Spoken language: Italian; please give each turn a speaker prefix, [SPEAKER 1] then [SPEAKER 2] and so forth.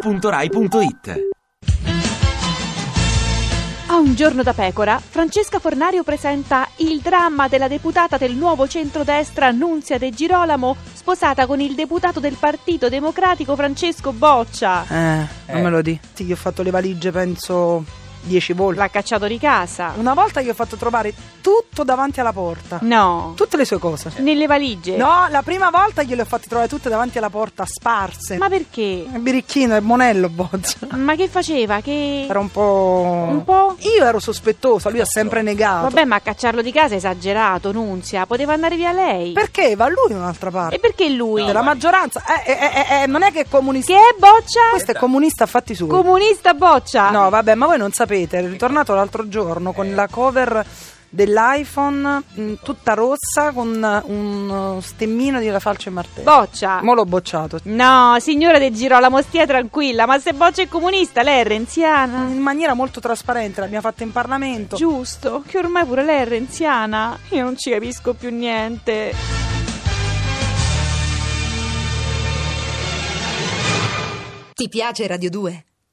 [SPEAKER 1] radio2pod.rai.it
[SPEAKER 2] A un giorno da pecora, Francesca Fornario presenta il dramma della deputata del nuovo centrodestra Nunzia De Girolamo, sposata con il deputato del Partito Democratico Francesco Boccia.
[SPEAKER 3] Eh, non
[SPEAKER 4] Eh.
[SPEAKER 3] me lo di. Sì, gli ho fatto le valigie, penso, 10 volte.
[SPEAKER 2] L'ha cacciato di casa.
[SPEAKER 3] Una volta gli ho fatto trovare tutto davanti alla porta.
[SPEAKER 2] No.
[SPEAKER 3] Tutte le sue cose.
[SPEAKER 2] Nelle valigie.
[SPEAKER 3] No, la prima volta gliele ho fatte trovare tutte davanti alla porta, sparse.
[SPEAKER 2] Ma perché?
[SPEAKER 3] Birichino e Monello, Bozza.
[SPEAKER 2] Ma che faceva? Che...
[SPEAKER 3] Era un po'...
[SPEAKER 2] Un po'?
[SPEAKER 3] Io ero sospettosa, lui ha sempre negato.
[SPEAKER 2] Vabbè, ma cacciarlo di casa è esagerato, Nunzia. Poteva andare via lei.
[SPEAKER 3] Perché? Va lui in un'altra parte.
[SPEAKER 2] E perché lui?
[SPEAKER 3] della maggioranza. Eh, eh, eh, eh, non è che è comunista.
[SPEAKER 2] Che è Boccia?
[SPEAKER 3] Questo è comunista a fatti suoi.
[SPEAKER 2] Comunista Boccia.
[SPEAKER 3] No, vabbè, ma voi non sapete, è ritornato l'altro giorno con la cover dell'iPhone mh, tutta rossa con eh, un eh, stemmino di La Falce e Martello.
[SPEAKER 2] Boccia.
[SPEAKER 3] Mo l'ho bocciato.
[SPEAKER 2] No, signora De Girolamo, stia tranquilla, ma se Boccia è comunista, lei è renziana.
[SPEAKER 3] In maniera molto trasparente l'abbiamo fatta in Parlamento.
[SPEAKER 2] Giusto, che ormai pure lei è renziana. Io non ci capisco più niente.
[SPEAKER 5] Ti piace Radio 2?